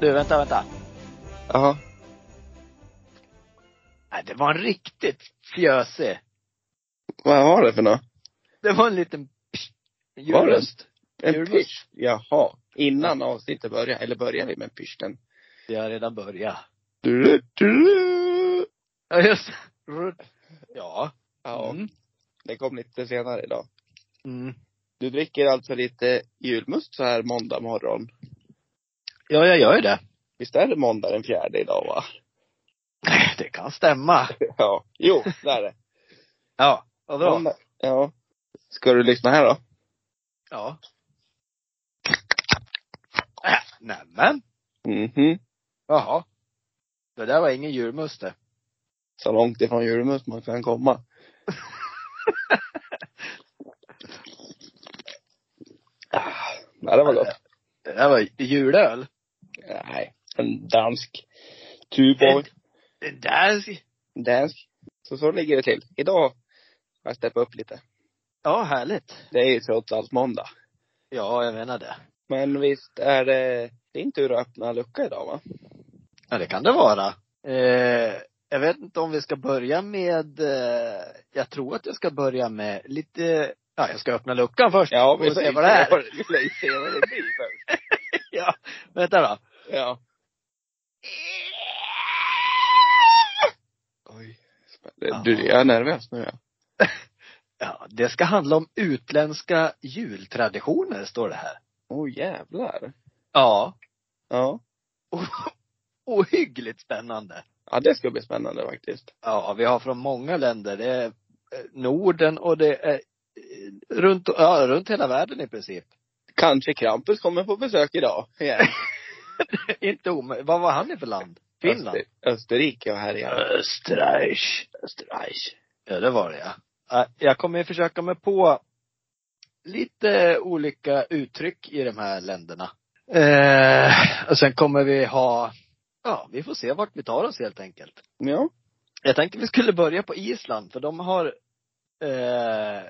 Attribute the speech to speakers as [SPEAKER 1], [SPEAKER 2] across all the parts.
[SPEAKER 1] du, vänta, vänta.
[SPEAKER 2] Jaha.
[SPEAKER 1] Nej, det var en riktigt fjösig.
[SPEAKER 2] Vad har det för något?
[SPEAKER 1] Det var en liten pss, en
[SPEAKER 2] Var det?
[SPEAKER 1] julmust.
[SPEAKER 2] En
[SPEAKER 1] Julmust.
[SPEAKER 2] pysch? Jaha. Innan avsnittet börjar, eller börjar vi med pyrsten?
[SPEAKER 1] Det har redan börjat.
[SPEAKER 2] Du, du, du.
[SPEAKER 1] Ja, just det. Ja.
[SPEAKER 2] Ja,
[SPEAKER 1] Mm.
[SPEAKER 2] det kom lite senare idag.
[SPEAKER 1] Mm.
[SPEAKER 2] Du dricker alltså lite julmust så här måndag morgon.
[SPEAKER 1] Ja, jag gör ju det.
[SPEAKER 2] Visst är det måndag den fjärde idag va?
[SPEAKER 1] Det kan stämma.
[SPEAKER 2] Ja. Jo, det är det.
[SPEAKER 1] Ja, vad bra.
[SPEAKER 2] Måndag. Ja. Ska du lyssna här då?
[SPEAKER 1] Ja. Äh, nämen.
[SPEAKER 2] Mhm.
[SPEAKER 1] Jaha. Det där var ingen julmust det.
[SPEAKER 2] Så långt ifrån julmust man kan komma. Ah, Nej, det var gott.
[SPEAKER 1] Det där var julöl.
[SPEAKER 2] Nej, en dansk tuborg.
[SPEAKER 1] Det där,
[SPEAKER 2] Dansk. Så så ligger det till. Idag har jag steppat upp lite.
[SPEAKER 1] ja härligt.
[SPEAKER 2] Det är ju trots allt måndag.
[SPEAKER 1] Ja, jag menar det.
[SPEAKER 2] Men visst är det din tur att öppna en lucka idag va?
[SPEAKER 1] Ja, det kan det vara. Eh, jag vet inte om vi ska börja med, eh, jag tror att jag ska börja med lite, ja jag ska öppna luckan först.
[SPEAKER 2] Ja, vi
[SPEAKER 1] Och se
[SPEAKER 2] får
[SPEAKER 1] vad det är.
[SPEAKER 2] Vi får ju se vad det blir först.
[SPEAKER 1] Ja, vänta då.
[SPEAKER 2] Ja. Oj. spänn- Du, jag är nervös nu ja.
[SPEAKER 1] Ja, det ska handla om utländska jultraditioner, står det här.
[SPEAKER 2] Åh oh, jävlar.
[SPEAKER 1] Ja.
[SPEAKER 2] Ja.
[SPEAKER 1] Ohyggligt spännande.
[SPEAKER 2] Ja, det ska bli spännande faktiskt.
[SPEAKER 1] Ja, vi har från många länder. Det är eh, Norden och det är eh, runt, ja, runt hela världen i princip.
[SPEAKER 2] Kanske Krampus kommer på besök idag. igen.
[SPEAKER 1] Inte omöjligt. Vad var han i för land? Finland?
[SPEAKER 2] Öster, Österrike och härjar.
[SPEAKER 1] Österreich.
[SPEAKER 2] Österreich.
[SPEAKER 1] Ja, det var det ja. Ja, Jag kommer försöka mig på lite olika uttryck i de här länderna. Eh, och sen kommer vi ha, ja, vi får se vart vi tar oss helt enkelt.
[SPEAKER 2] Ja.
[SPEAKER 1] Jag tänkte vi skulle börja på Island, för de har eh,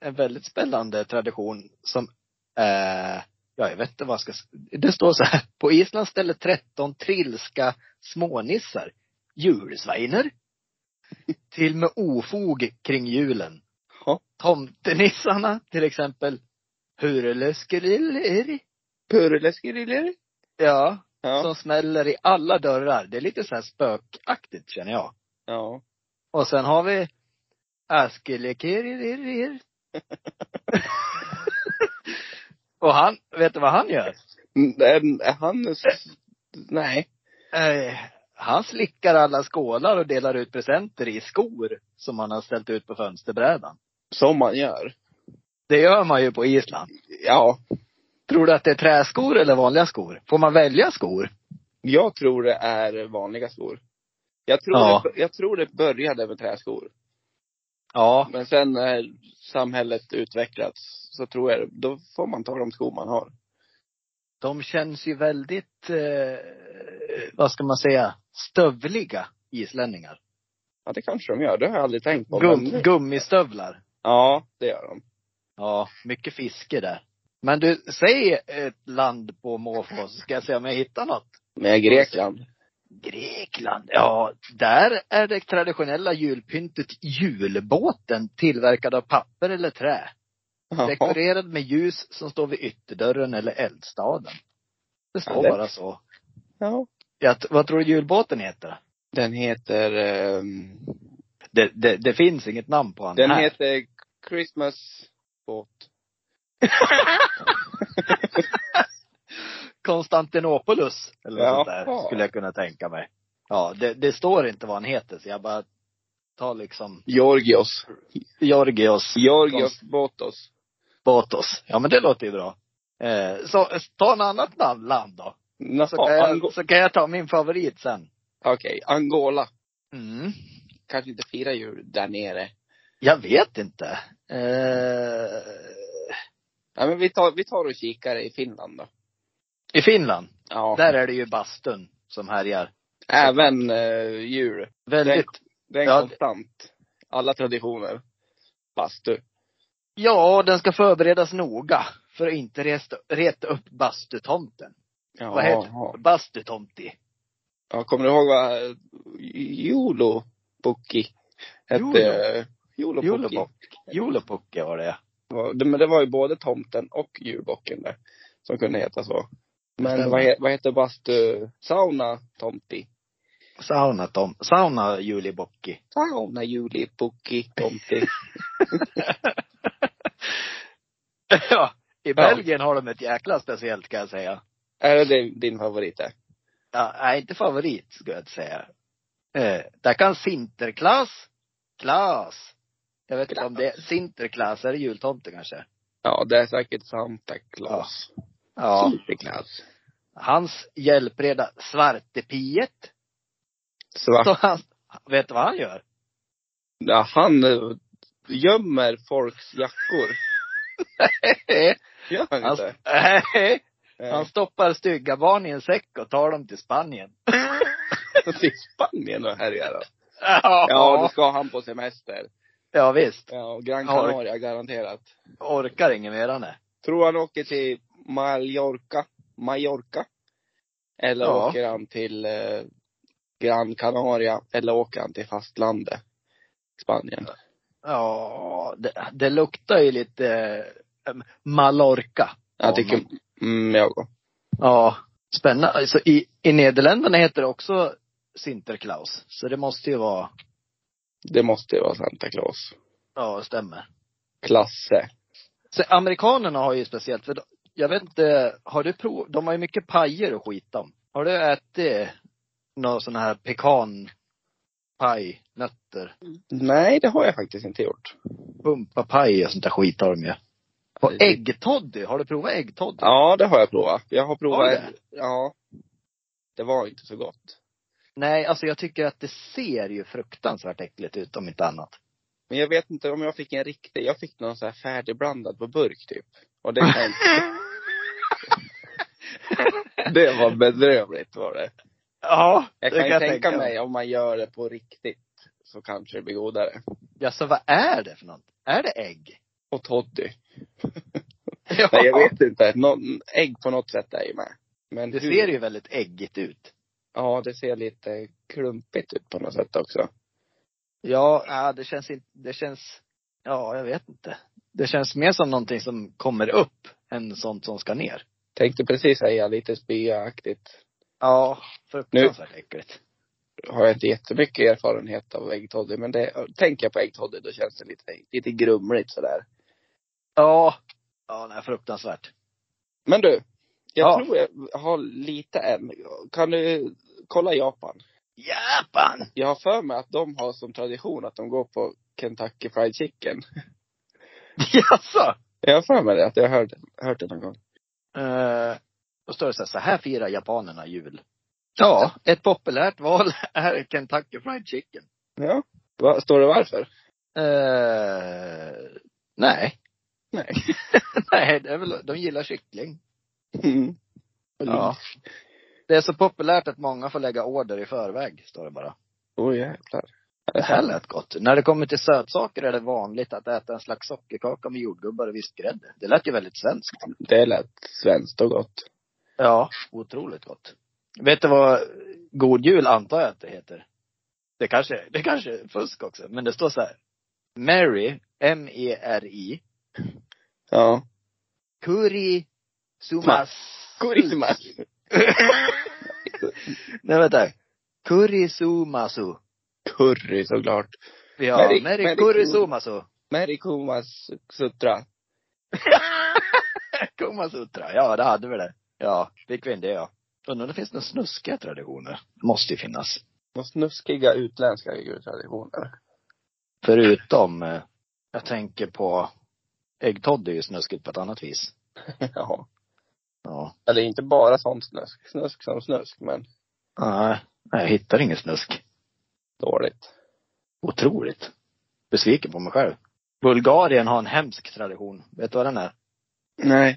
[SPEAKER 1] en väldigt spännande tradition som, eh, ja jag vet inte vad jag ska, s- det står så här. På Island ställer 13 trilska smånissar, julsveiner, till med ofog kring julen.
[SPEAKER 2] Ja.
[SPEAKER 1] Tomtenissarna till exempel, Hurleskrillir,
[SPEAKER 2] Purleskiriller.
[SPEAKER 1] ja,
[SPEAKER 2] Ja.
[SPEAKER 1] som smäller i alla dörrar. Det är lite så här spökaktigt känner jag.
[SPEAKER 2] Ja.
[SPEAKER 1] Och sen har vi Askelekeririr. Och han, vet du vad han gör?
[SPEAKER 2] Mm, den- är Han... s- Nej.
[SPEAKER 1] Eh, han slickar alla skålar och delar ut presenter i skor som han har ställt ut på fönsterbrädan.
[SPEAKER 2] Som man gör.
[SPEAKER 1] Det gör man ju på Island.
[SPEAKER 2] Ja.
[SPEAKER 1] Tror du att det är träskor eller vanliga skor? Får man välja skor?
[SPEAKER 2] Jag tror det är vanliga skor. Jag tror,
[SPEAKER 1] Ja.
[SPEAKER 2] det, jag tror det började med träskor.
[SPEAKER 1] Ja.
[SPEAKER 2] Men sen när samhället utvecklats så tror jag, då får man ta de skor man har.
[SPEAKER 1] De känns ju väldigt, eh, vad ska man säga, stövliga islänningar.
[SPEAKER 2] Ja, det kanske de gör. Det har jag aldrig tänkt på.
[SPEAKER 1] Gum,
[SPEAKER 2] men-
[SPEAKER 1] gummistövlar.
[SPEAKER 2] Ja, det gör de.
[SPEAKER 1] Ja, mycket fiske där. Men du, säg ett land på måfå så ska jag se om jag hittar något.
[SPEAKER 2] Med Grekland.
[SPEAKER 1] Grekland. Ja, där är det traditionella julpyntet julbåten tillverkad av papper eller trä.
[SPEAKER 2] Jaha.
[SPEAKER 1] Dekorerad med ljus som står vid ytterdörren eller eldstaden. Det står
[SPEAKER 2] Ja, det-
[SPEAKER 1] bara så.
[SPEAKER 2] Ja.
[SPEAKER 1] Ja, t- vad tror du julbåten heter?
[SPEAKER 2] Den heter, ehm,
[SPEAKER 1] Det, det, det finns inget namn på han
[SPEAKER 2] den
[SPEAKER 1] här.
[SPEAKER 2] heter Christmas båt.
[SPEAKER 1] Konstantinopolus eller något sånt där,
[SPEAKER 2] Jaha.
[SPEAKER 1] skulle jag kunna tänka mig. Ja, det, det står inte vad han heter, så jag bara tar liksom
[SPEAKER 2] Georgios.
[SPEAKER 1] Georgios
[SPEAKER 2] Georgios Botos.
[SPEAKER 1] Botos. Ja, men det låter ju bra. Eh, så ta en annat namn, land då.
[SPEAKER 2] Jaha,
[SPEAKER 1] Så kan, jag,
[SPEAKER 2] Ango-
[SPEAKER 1] så kan jag ta min favorit sen.
[SPEAKER 2] Okej, Angola.
[SPEAKER 1] Mm.
[SPEAKER 2] Kanske inte firar jul där nere.
[SPEAKER 1] Jag vet inte. Eh,
[SPEAKER 2] Nej men vi tar, vi tar och kikar i Finland då.
[SPEAKER 1] I Finland,
[SPEAKER 2] Ja.
[SPEAKER 1] där är det ju bastun som härjar.
[SPEAKER 2] Även eh, jul.
[SPEAKER 1] Väldigt
[SPEAKER 2] Det är en
[SPEAKER 1] Ja, det-
[SPEAKER 2] konstant. Alla traditioner. Bastu.
[SPEAKER 1] Ja, den ska förberedas noga för att inte resta, reta upp bastutomten.
[SPEAKER 2] Ja,
[SPEAKER 1] Vad heter
[SPEAKER 2] ja.
[SPEAKER 1] Bastutomti.
[SPEAKER 2] ja, kommer du ihåg vad eh, Jolopukki
[SPEAKER 1] Jolo.
[SPEAKER 2] hette? Jolopukki.
[SPEAKER 1] Jolobok. Jolopukki var det ja.
[SPEAKER 2] Ja, det- Men det var ju både tomten och djurbocken där. Som kunde heta så.
[SPEAKER 1] Stämmer.
[SPEAKER 2] Men vad, he- vad heter bastu? Sauna tomti?
[SPEAKER 1] Sauna Tom. Sauna Julibokki.
[SPEAKER 2] Sauna julipukki tomti.
[SPEAKER 1] ja. I Belgien har de ett jäkla speciellt kan jag säga.
[SPEAKER 2] Är det din- din favorit där?
[SPEAKER 1] Ja, nej, inte favorit skulle jag inte säga. Eh, där kan Sinterklaas, Klaas. Jag vet inte om det är Sinterklaas, är det jultomte kanske?
[SPEAKER 2] Ja, det är säkert Santa Claus.
[SPEAKER 1] Ja.
[SPEAKER 2] Santa Claus.
[SPEAKER 1] Hans hjälpreda Svartepiet.
[SPEAKER 2] Svart.
[SPEAKER 1] Så han, vet du vad han gör?
[SPEAKER 2] Ja, han eh, gömmer folks jackor. Gör han
[SPEAKER 1] han,
[SPEAKER 2] inte?
[SPEAKER 1] han
[SPEAKER 2] Eh,
[SPEAKER 1] stoppar stygga barn i en säck och tar dem till Spanien.
[SPEAKER 2] Till Spanien och härjar.
[SPEAKER 1] Ja,
[SPEAKER 2] Ja, då ska han på semester.
[SPEAKER 1] ja visst.
[SPEAKER 2] Ja, och Gran
[SPEAKER 1] Ja, det-
[SPEAKER 2] Canaria garanterat.
[SPEAKER 1] Orkar inget mera nej.
[SPEAKER 2] Tror han åker till Mallorca, Mallorca? Eller
[SPEAKER 1] Ja.
[SPEAKER 2] åker han till eh, Gran Canaria? Eller åker han till fastlandet? Spanien.
[SPEAKER 1] Ja, det, det luktar ju lite eh, Mallorca.
[SPEAKER 2] Jag tycker, mm, jag går.
[SPEAKER 1] Ja, spännande. Så i, I Nederländerna heter det också Sinterklaas. Så det måste ju vara,
[SPEAKER 2] Det måste ju vara Santa Claus.
[SPEAKER 1] ja det stämmer.
[SPEAKER 2] Klasse.
[SPEAKER 1] Så amerikanerna har ju speciellt, för de, jag vet inte, har du prov, de har ju mycket pajer och skit om. Har du ätit någon sån här pekanpajnötter?
[SPEAKER 2] Nej, det har jag faktiskt inte gjort.
[SPEAKER 1] Pumpapaj och sånt där skit har de ju. Och äggtoddy, har du provat äggtoddy?
[SPEAKER 2] Ja, det har jag provat. Jag har
[SPEAKER 1] Har
[SPEAKER 2] provat.
[SPEAKER 1] du det?
[SPEAKER 2] Ja. Det var inte så gott.
[SPEAKER 1] Nej, alltså jag tycker att det ser ju fruktansvärt äckligt ut om inte annat.
[SPEAKER 2] Men jag vet inte om jag fick en riktig. Jag fick någon så här färdigblandad på burk typ. Och det kan jag inte- Det var bedrövligt var det.
[SPEAKER 1] Ja,
[SPEAKER 2] Jag kan ju tänka mig om man gör det på riktigt. Så kanske det blir godare.
[SPEAKER 1] Ja, så vad är det för något? Är det ägg?
[SPEAKER 2] Och toddy.
[SPEAKER 1] Ja,
[SPEAKER 2] Nej jag vet inte. Någon, ägg på något sätt är ju med. Men
[SPEAKER 1] Det
[SPEAKER 2] hur-
[SPEAKER 1] ser ju väldigt äggigt ut.
[SPEAKER 2] Ja det ser lite klumpigt ut på något sätt också.
[SPEAKER 1] Ja, ja, det känns inte, det känns, ja jag vet inte. Det känns mer som någonting som kommer upp än sånt som ska ner.
[SPEAKER 2] Tänkte precis säga lite spyaaktigt.
[SPEAKER 1] Ja, fruktansvärt äckligt.
[SPEAKER 2] har jag inte jättemycket erfarenhet av äggtoddy. Men det, tänker jag på äggtoddy då känns det lite, lite grumligt sådär.
[SPEAKER 1] Ja. Ja, nej fruktansvärt.
[SPEAKER 2] Men du, jag
[SPEAKER 1] Ja.
[SPEAKER 2] tror jag har lite en. Kan du kolla Japan?
[SPEAKER 1] Japan!
[SPEAKER 2] Jag har för mig att de har som tradition att de går på Kentucky Fried Chicken.
[SPEAKER 1] Jaså?
[SPEAKER 2] Jag har för mig det, att jag har hört, hört det någon gång.
[SPEAKER 1] Eh, då står det så här, så här firar japanerna jul. Ja, ett populärt val är Kentucky Fried Chicken.
[SPEAKER 2] Ja. Va, står det varför?
[SPEAKER 1] Eh, nej.
[SPEAKER 2] Nej.
[SPEAKER 1] nej, det är väl, de gillar kyckling.
[SPEAKER 2] Mm.
[SPEAKER 1] Ja. Det är så populärt att många får lägga order i förväg, står det bara.
[SPEAKER 2] Åh jäklar.
[SPEAKER 1] Det här lät gott. När det kommer till sötsaker är det vanligt att äta en slags sockerkaka med jordgubbar och vispgrädde. Det lät ju väldigt svenskt.
[SPEAKER 2] Det lät svenskt och gott.
[SPEAKER 1] Ja. Otroligt gott. Vet du vad God Jul antar jag att det heter? Det kanske, det kanske är fusk också, men det står så här. Mary, E M-E-R-I,
[SPEAKER 2] Ja.
[SPEAKER 1] Kuri Sumas.
[SPEAKER 2] Kurimas.
[SPEAKER 1] Nej vänta. Kuri Sumasu.
[SPEAKER 2] Curry såklart.
[SPEAKER 1] Ja,
[SPEAKER 2] Merry-
[SPEAKER 1] Merry,
[SPEAKER 2] Merry
[SPEAKER 1] Kuri
[SPEAKER 2] Kuri-
[SPEAKER 1] Sumasu.
[SPEAKER 2] Merry Kumas Sutra.
[SPEAKER 1] Kumasutra, ja det hade vi det. Ja, fick vi in det ja. Undrar om det finns några snuskiga traditioner? Måste ju finnas.
[SPEAKER 2] Vad snuskiga utländska jultraditioner.
[SPEAKER 1] Förutom, eh, jag tänker på äggtoddy är ju snuskigt på ett annat vis.
[SPEAKER 2] ja.
[SPEAKER 1] Ja.
[SPEAKER 2] Eller inte bara sånt snusk. Snusk som snusk, men
[SPEAKER 1] Nej, nej, jag hittar ingen snusk.
[SPEAKER 2] dåligt.
[SPEAKER 1] Otroligt. Besviken på mig själv. Bulgarien har en hemsk tradition. Vet du vad den är?
[SPEAKER 2] Nej.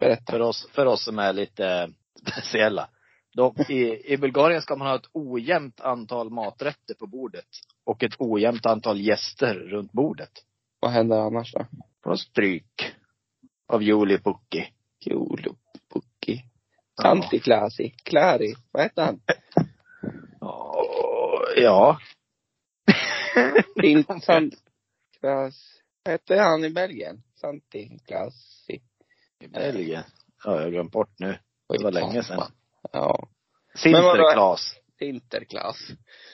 [SPEAKER 2] Berätta.
[SPEAKER 1] För oss, för oss som är lite eh, speciella. De, i, I Bulgarien ska man ha ett ojämnt antal maträtter på bordet. Och ett ojämnt antal gäster runt bordet.
[SPEAKER 2] Vad händer annars då?
[SPEAKER 1] Får stryk. Av Julie Pukki.
[SPEAKER 2] Jolopukki. Antiklasi. Klari. Vad heter han?
[SPEAKER 1] Ja. ja.
[SPEAKER 2] Din Sant... Klas... Vad hette han i Belgien? Santi Klasi.
[SPEAKER 1] I Belgien. Ja, jag har glömt bort nu. Det var länge sedan.
[SPEAKER 2] Ja. vadå?
[SPEAKER 1] Sinterklas.
[SPEAKER 2] Interklass.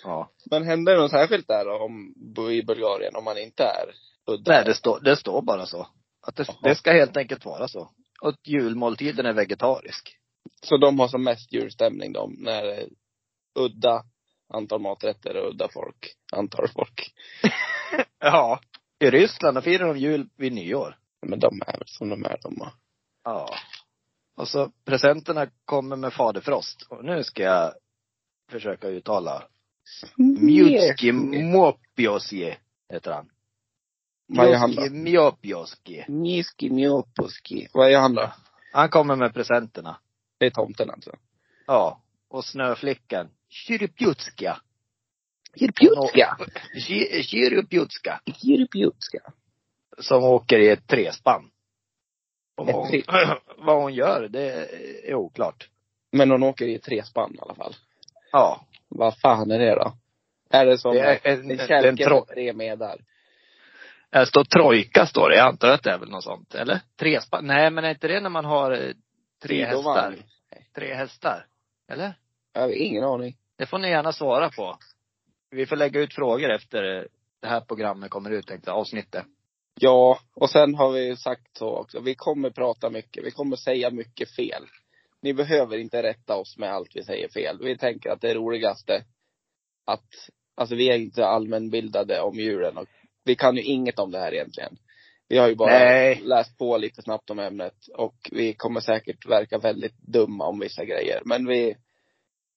[SPEAKER 1] Ja.
[SPEAKER 2] Men händer det något särskilt där då om, i Bulgarien om man inte är udda?
[SPEAKER 1] Nej, det står, det står bara så. Att det,
[SPEAKER 2] Jaha.
[SPEAKER 1] det ska helt enkelt vara så. Och att julmåltiden är vegetarisk.
[SPEAKER 2] Så de har som mest julstämning de, när det är udda antal maträtter och udda folk, antal folk.
[SPEAKER 1] Ja. I Ryssland, då firar de jul vid nyår.
[SPEAKER 2] Men de är väl som de är de. va?
[SPEAKER 1] Ja. Och så presenterna kommer med faderfrost. Och nu ska jag försöka uttala. Mjutski Mopiosie heter han.
[SPEAKER 2] Vad gör han då?
[SPEAKER 1] Mjutski Mjopioski.
[SPEAKER 2] Niski mjoposki. Vad gör han då?
[SPEAKER 1] Han kommer med presenterna.
[SPEAKER 2] Det är tomten alltså.
[SPEAKER 1] Ja. Och snöflickan. Kyrpjutska.
[SPEAKER 2] Jirpjutska.
[SPEAKER 1] Ky- Kyrpjutska.
[SPEAKER 2] Jirpjutska.
[SPEAKER 1] Som åker i ett trespann. Och vad,
[SPEAKER 2] Ett tre-
[SPEAKER 1] hon, vad hon gör, det är oklart.
[SPEAKER 2] Men hon åker i tre spann i alla fall.
[SPEAKER 1] Ja.
[SPEAKER 2] Vad fan är det då? Är det som
[SPEAKER 1] Det är en-
[SPEAKER 2] en, en
[SPEAKER 1] det är en
[SPEAKER 2] kälke
[SPEAKER 1] tro-
[SPEAKER 2] med tre medar?
[SPEAKER 1] Här står trojka, står det. Jag antar att det är väl något sånt, eller? Trespann. Nej, men är inte det när man har eh, tre
[SPEAKER 2] Sidovagn.
[SPEAKER 1] hästar? Tre hästar? Eller?
[SPEAKER 2] Jag har ingen aning.
[SPEAKER 1] Det får ni gärna svara på. Vi får lägga ut frågor efter eh, det här programmet kommer ut, tänkte jag, avsnittet.
[SPEAKER 2] Ja, och sen har vi ju sagt så också. Vi kommer prata mycket. Vi kommer säga mycket fel. Ni behöver inte rätta oss med allt vi säger fel. Vi tänker att det är roligaste att, alltså vi är inte allmänbildade om djuren och vi kan ju inget om det här egentligen. Vi har ju bara
[SPEAKER 1] Nej.
[SPEAKER 2] läst på lite snabbt om ämnet och vi kommer säkert verka väldigt dumma om vissa grejer. Men vi,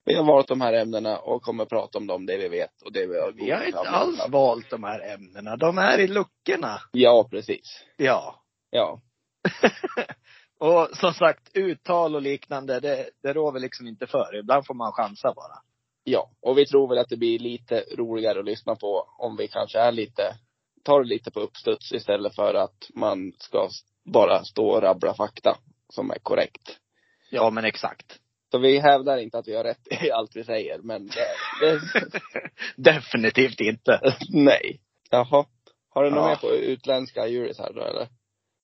[SPEAKER 2] vi har valt de här ämnena och kommer prata om dem, det vi vet och det vi har
[SPEAKER 1] Vi har inte alls valt de här ämnena. De är i luckorna.
[SPEAKER 2] Ja, precis.
[SPEAKER 1] Ja.
[SPEAKER 2] Ja.
[SPEAKER 1] Och som sagt, uttal och liknande, det, det rår vi liksom inte för. Ibland får man chansa bara.
[SPEAKER 2] Ja, och vi tror väl att det blir lite roligare att lyssna på om vi kanske är lite, tar det lite på uppstuds istället för att man ska s- bara stå och rabbla fakta som är korrekt.
[SPEAKER 1] Ja, men exakt.
[SPEAKER 2] Så vi hävdar inte att vi har rätt i allt vi säger, men det, det,
[SPEAKER 1] Definitivt inte.
[SPEAKER 2] nej. Jaha. Har du något
[SPEAKER 1] Ja.
[SPEAKER 2] mer på utländska juris här då eller?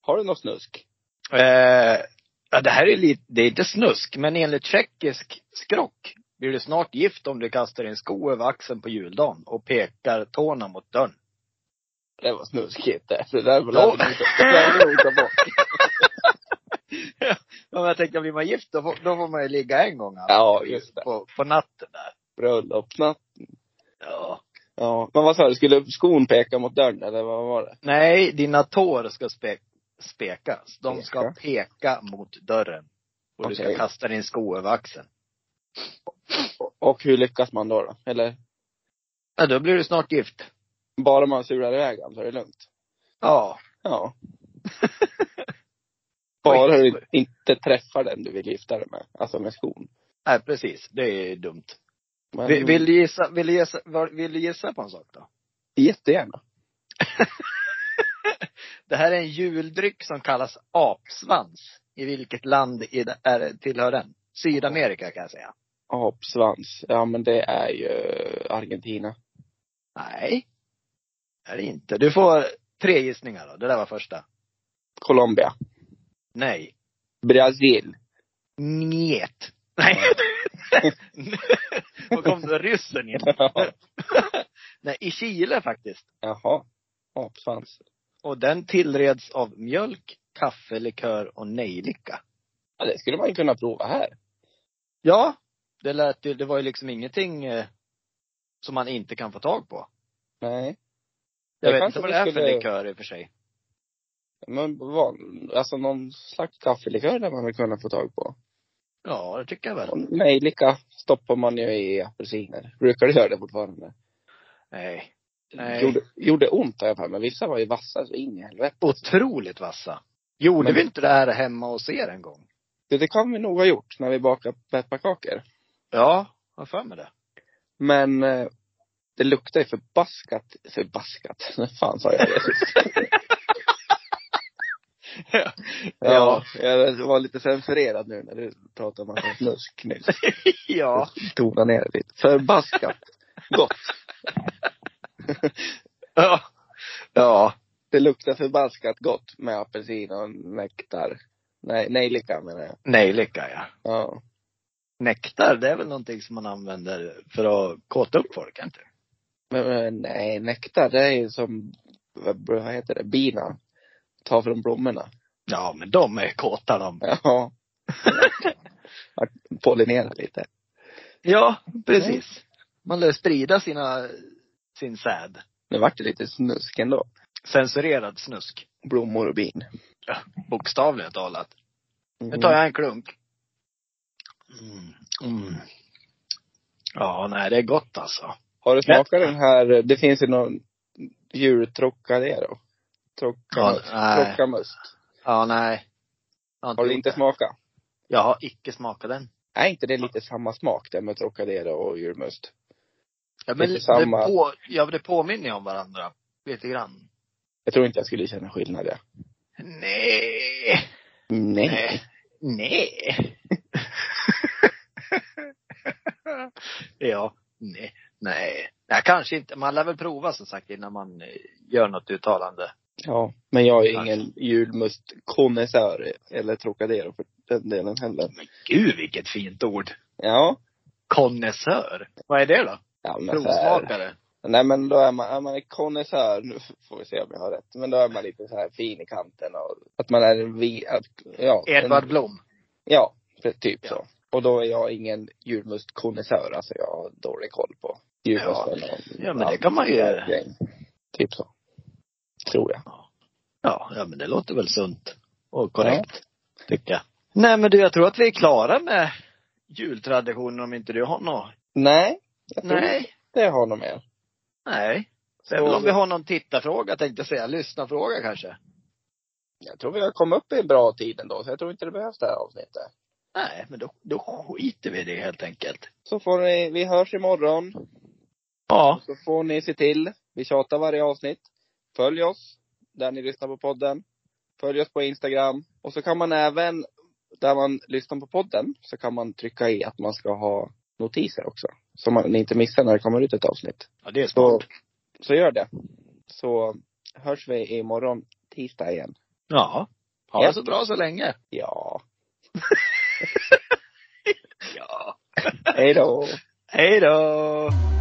[SPEAKER 2] Har du något snusk?
[SPEAKER 1] Eh, ja, det här är lite, det är inte snusk, men enligt tjeckisk skrock blir du snart gift om du kastar din sko över axeln på juldagen och pekar tårna mot dörren.
[SPEAKER 2] Det var snuskigt det. Det där var
[SPEAKER 1] Ja.
[SPEAKER 2] lite bort.
[SPEAKER 1] Ja, men jag tänker, blir man gift då får, då får man ju ligga en gång alltså,
[SPEAKER 2] Ja, just det.
[SPEAKER 1] på, på natten där.
[SPEAKER 2] Bröllopsnatt.
[SPEAKER 1] Ja.
[SPEAKER 2] Ja. Men vad sa du, skulle skon peka mot dörren eller vad var det?
[SPEAKER 1] Nej, dina tår ska spe, spekas. De ska
[SPEAKER 2] Peka.
[SPEAKER 1] peka mot dörren. Och du ska
[SPEAKER 2] Okej.
[SPEAKER 1] kasta din sko över axeln.
[SPEAKER 2] Och- Och hur lyckas man då? då? Eller?
[SPEAKER 1] Ja, då blir du snart gift.
[SPEAKER 2] Bara man surar iväg han så är det lugnt.
[SPEAKER 1] Ja.
[SPEAKER 2] Ja. Bara du inte träffar den du vill gifta dig med. Alltså med skon.
[SPEAKER 1] Nej, precis. Det är dumt.
[SPEAKER 2] Men,
[SPEAKER 1] Vill, vill, du gissa, vill, du gissa, vad- vill du gissa på en sak då?
[SPEAKER 2] Jättegärna.
[SPEAKER 1] Det här är en juldryck som kallas apsvans. I vilket land i det- är, det- tillhör den? Sydamerika kan jag säga.
[SPEAKER 2] Apsvans. Ja men det är ju Argentina.
[SPEAKER 1] Nej. Det är det inte. Du får tre gissningar då. Det där var första.
[SPEAKER 2] Colombia.
[SPEAKER 1] Nej.
[SPEAKER 2] Brasil.
[SPEAKER 1] Njet. Nej. Då kom det ryssen in. Nej, i Chile faktiskt.
[SPEAKER 2] Jaha. Apsvans.
[SPEAKER 1] Och den tillreds av mjölk, kaffe, likör och nejlika.
[SPEAKER 2] Ja det skulle man ju kunna prova här.
[SPEAKER 1] Ja, det lät ju, det var ju liksom ingenting eh, som man inte kan få tag på.
[SPEAKER 2] Nej.
[SPEAKER 1] Jag
[SPEAKER 2] Det
[SPEAKER 1] vet
[SPEAKER 2] kanske
[SPEAKER 1] inte vad
[SPEAKER 2] vi
[SPEAKER 1] det är för
[SPEAKER 2] skulle-
[SPEAKER 1] likör i och för sig.
[SPEAKER 2] Men van, alltså någon slags kaffelikör där man väl kunna få tag på.
[SPEAKER 1] Ja, det tycker jag väl.
[SPEAKER 2] Och nejlika stoppar man ju i apelsiner. Brukar du göra det fortfarande?
[SPEAKER 1] Nej. Nej.
[SPEAKER 2] Gjorde, gjorde ont har jag för mig. Vissa var ju vassa så in i helvete.
[SPEAKER 1] Otroligt vassa. Gjorde
[SPEAKER 2] Men-
[SPEAKER 1] vi inte det här hemma hos er en gång?
[SPEAKER 2] Det, det kan vi nog ha gjort när vi bakade pepparkakor.
[SPEAKER 1] Ja, jag har för mig det.
[SPEAKER 2] Men eh, det luktar ju förbaskat, förbaskat, fan sa jag det? Ja, jag var lite censurerad nu när du pratade om massa snusk nyss.
[SPEAKER 1] ja.
[SPEAKER 2] Tona ner det lite. Förbaskat. Gott.
[SPEAKER 1] Ja. Ja.
[SPEAKER 2] Det luktar förbaskat gott med apelsin och nektar. Nej, nejlika menar jag.
[SPEAKER 1] Nejlika ja.
[SPEAKER 2] Ja.
[SPEAKER 1] Nektar, det är väl någonting som man använder för att kåta upp folk, inte?
[SPEAKER 2] Men, men nej, nektar det är ju som, vad vad heter det, bina. Ta från blommorna.
[SPEAKER 1] Ja, men de är kåta de.
[SPEAKER 2] Ja. Att Pollinera lite.
[SPEAKER 1] Ja, precis. Man lär sprida sina, sin säd.
[SPEAKER 2] Nu vart det lite snusk ändå.
[SPEAKER 1] Censurerad snusk.
[SPEAKER 2] Blommor och bin. Mhm.
[SPEAKER 1] Bokstavligen talat. Nu tar jag en klunk. Mm. Mm. Ja, nej det är gott alltså.
[SPEAKER 2] Har du smakat den här, det finns ju någon djurtrocadero? Trocamust.
[SPEAKER 1] Ja, nej.
[SPEAKER 2] Trocamust.
[SPEAKER 1] Ja, nej. Jag
[SPEAKER 2] Har du
[SPEAKER 1] gjort
[SPEAKER 2] inte
[SPEAKER 1] det.
[SPEAKER 2] smakat?
[SPEAKER 1] Jag har icke smakat den.
[SPEAKER 2] Är inte det lite samma smak där med Trocadero och julmust?
[SPEAKER 1] Ja, men
[SPEAKER 2] Lite
[SPEAKER 1] det,
[SPEAKER 2] samma.
[SPEAKER 1] på, ja, det påminner ju om varandra. Lite grann.
[SPEAKER 2] Jag tror inte jag skulle känna skillnad ja.
[SPEAKER 1] Nej.
[SPEAKER 2] Nej.
[SPEAKER 1] Nej. Nej. ja. Nej. Nej. Nej, kanske inte. Man lär väl prova som sagt innan man eh, gör något uttalande.
[SPEAKER 2] Ja, men jag är
[SPEAKER 1] Kanske.
[SPEAKER 2] ingen julmustkonnässör eller Trocadero för den delen heller.
[SPEAKER 1] Men gud vilket fint ord.
[SPEAKER 2] Ja.
[SPEAKER 1] Konnässör. Vad är det då?
[SPEAKER 2] ja men så här,
[SPEAKER 1] Provsmakare.
[SPEAKER 2] nej men då är man, är man en konnässör, nu får vi se om jag har rätt, men då är man lite så här fin i kanten och att man är en vi, att, ja. en-
[SPEAKER 1] Edvard Blom.
[SPEAKER 2] Ja, pre- typ
[SPEAKER 1] Ja.
[SPEAKER 2] så. Och då är jag ingen julmustkonnässör, alltså jag har dålig koll på julmusten. Ja,
[SPEAKER 1] ja, men det kan man ju-
[SPEAKER 2] Typ så. Tror jag.
[SPEAKER 1] Ja, ja men det låter väl sunt och korrekt, tycker jag. Nej men du, jag tror att vi är klara med jultraditionen om inte du har något.
[SPEAKER 2] Nej, jag tror
[SPEAKER 1] Nej.
[SPEAKER 2] inte jag har något mer.
[SPEAKER 1] Nej.
[SPEAKER 2] Så,
[SPEAKER 1] Det är väl om vi har någon tittarfråga tänkte jag säga, lyssnarfråga kanske.
[SPEAKER 2] Jag tror vi har kommit upp i en bra tid ändå, så jag tror inte det behövs det här avsnittet.
[SPEAKER 1] Nej, men då, då skiter vi i det helt enkelt.
[SPEAKER 2] Så får ni, vi hörs imorgon.
[SPEAKER 1] Ja.
[SPEAKER 2] Så får ni se till, vi tjatar varje avsnitt. Följ oss, där ni lyssnar på podden. Följ oss på Instagram. Och så kan man även, där man lyssnar på podden, så kan man trycka i att man ska ha notiser också. Så man inte missar när det kommer ut ett avsnitt.
[SPEAKER 1] Ja, det är
[SPEAKER 2] Så,
[SPEAKER 1] smart.
[SPEAKER 2] så gör det. Så hörs vi imorgon tisdag igen.
[SPEAKER 1] Ja. Ha det
[SPEAKER 2] Ja.
[SPEAKER 1] så bra så länge.
[SPEAKER 2] Ja,
[SPEAKER 1] Ja.
[SPEAKER 2] hej då.
[SPEAKER 1] Hej då!